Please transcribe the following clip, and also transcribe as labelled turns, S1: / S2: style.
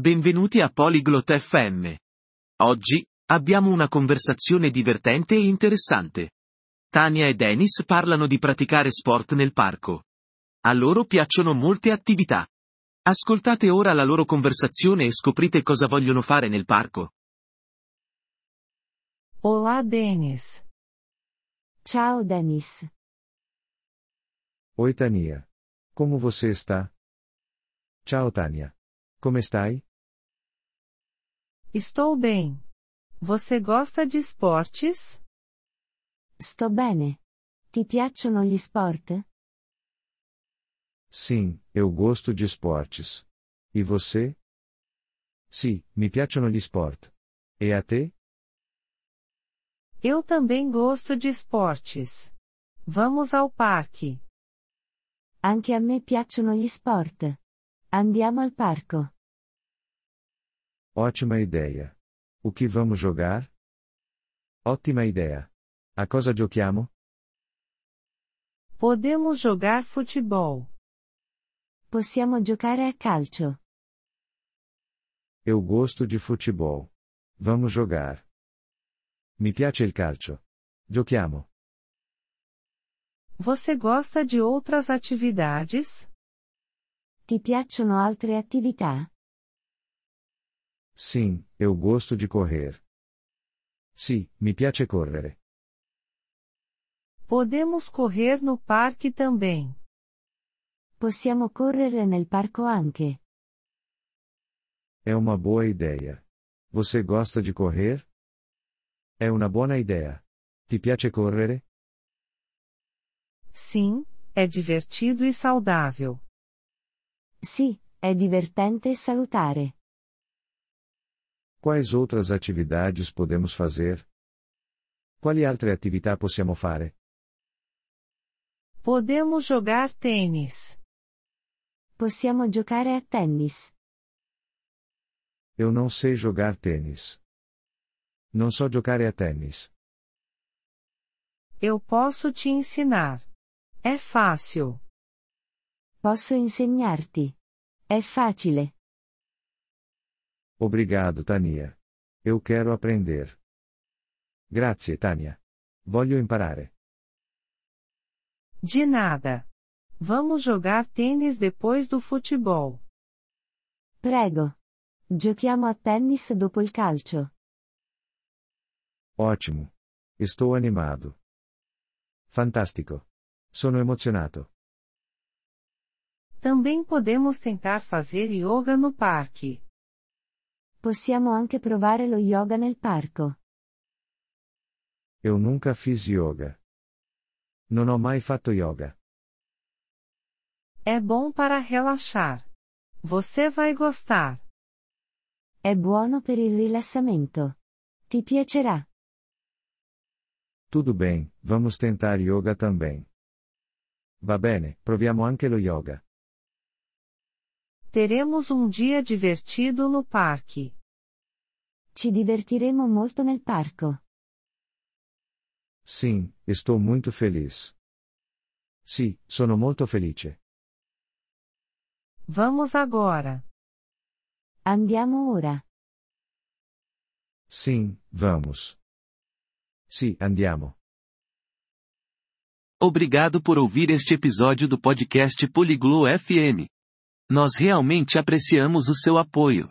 S1: Benvenuti a Polyglot FM. Oggi, abbiamo una conversazione divertente e interessante. Tania e Dennis parlano di praticare sport nel parco. A loro piacciono molte attività. Ascoltate ora la loro conversazione e scoprite cosa vogliono fare nel parco.
S2: Olá, Denis.
S3: Ciao Denis.
S4: Oi, Tania. Como você está? Ciao, Tania. Como estai?
S2: Estou bem. Você gosta de esportes?
S3: Sto bene. Ti piacciono gli sport?
S4: Sim, eu gosto de esportes. E você? Sì, mi piacciono gli sport. E a te?
S2: Eu também gosto de esportes. Vamos ao parque.
S3: Anche a me piacciono gli sport. Andiamo al parco.
S4: Ótima ideia. O que vamos jogar? Ótima ideia. A cosa giochiamo?
S2: Podemos jogar futebol.
S3: Possiamo giocare a calcio.
S4: Eu gosto de futebol. Vamos jogar. Mi piace il calcio. Giochiamo.
S2: Você gosta de outras atividades?
S3: Ti piacciono altre attività?
S4: Sim, eu gosto de correr. Sì, mi piace correre.
S2: Podemos correr no parque também.
S3: Possiamo correre nel parco anche.
S4: É uma boa ideia. Você gosta de correr? É uma boa ideia. Ti piace correre?
S2: Sim, é divertido e saudável.
S3: Sì, è divertente e salutare.
S4: Quais outras atividades podemos fazer? Quali altre attività possiamo fare?
S2: Podemos jogar tênis.
S3: Possiamo giocare a tennis.
S4: Eu não sei jogar tênis. Não so giocare a tênis.
S2: Eu posso te ensinar. É fácil.
S3: Posso insegnarti. È facile.
S4: Obrigado, Tania. Eu quero aprender. Grazie, Tania. Voglio imparare.
S2: De nada. Vamos jogar tênis depois do futebol.
S3: Prego. Giochiamo a tennis dopo il calcio.
S4: Ótimo. Estou animado. Fantástico. Sono emozionato.
S2: Também podemos tentar fazer yoga no parque.
S3: Possiamo anche provare lo yoga nel parco.
S4: Eu nunca fiz yoga. Non ho mai fatto yoga.
S2: É bom para relaxar. Você vai gostar.
S3: È buono per il rilassamento. Ti piacerà.
S4: Tudo bem, vamos tentar yoga também. Va bene, proviamo anche lo yoga.
S2: Teremos um dia divertido no parque.
S3: Ci divertiremo molto nel parco.
S4: Sim, estou muito feliz. Sì, sono molto felice.
S2: Vamos agora.
S3: Andiamo ora.
S4: Sim, vamos. Sì, andiamo.
S1: Obrigado por ouvir este episódio do podcast Poliglo FM. Nós realmente apreciamos o seu apoio.